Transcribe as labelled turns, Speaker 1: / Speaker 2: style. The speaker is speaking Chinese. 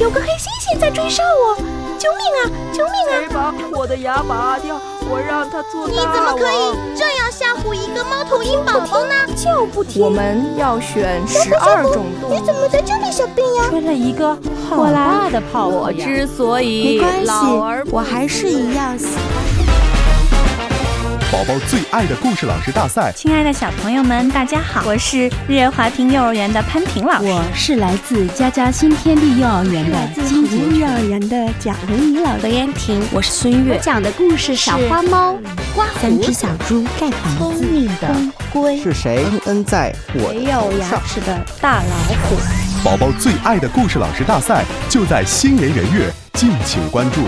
Speaker 1: 有个黑猩猩在追杀我！救命啊！救
Speaker 2: 谁
Speaker 1: 命啊！
Speaker 2: 把我的牙拔掉？我让他做
Speaker 1: 你
Speaker 2: 大
Speaker 1: 怎么可
Speaker 2: 王
Speaker 1: 以这样吓唬一个猫头鹰宝宝呢？就不听
Speaker 3: 我们要选十二种动物。
Speaker 1: 你怎么在这里小便呀？
Speaker 4: 吹了一个好大的泡沫呀！
Speaker 3: 所
Speaker 5: 没
Speaker 3: 以
Speaker 5: 关系，我还是一样喜
Speaker 6: 宝宝最爱的故事老师大赛，
Speaker 4: 亲爱的小朋友们，大家好，我是日月华庭幼儿园的潘婷老师。
Speaker 7: 我是来自佳佳新天地幼儿园的金洁
Speaker 5: 欢幼儿园的贾文怡老师。
Speaker 4: 燕婷，我是孙悦。
Speaker 7: 讲的故事《小花猫》刮
Speaker 5: 三只小猪盖房子，
Speaker 7: 明的龟
Speaker 8: 是谁恩恩在我
Speaker 7: 没有牙齿的大老虎。
Speaker 6: 宝宝最爱的故事老师大赛就在新年元月，敬请关注。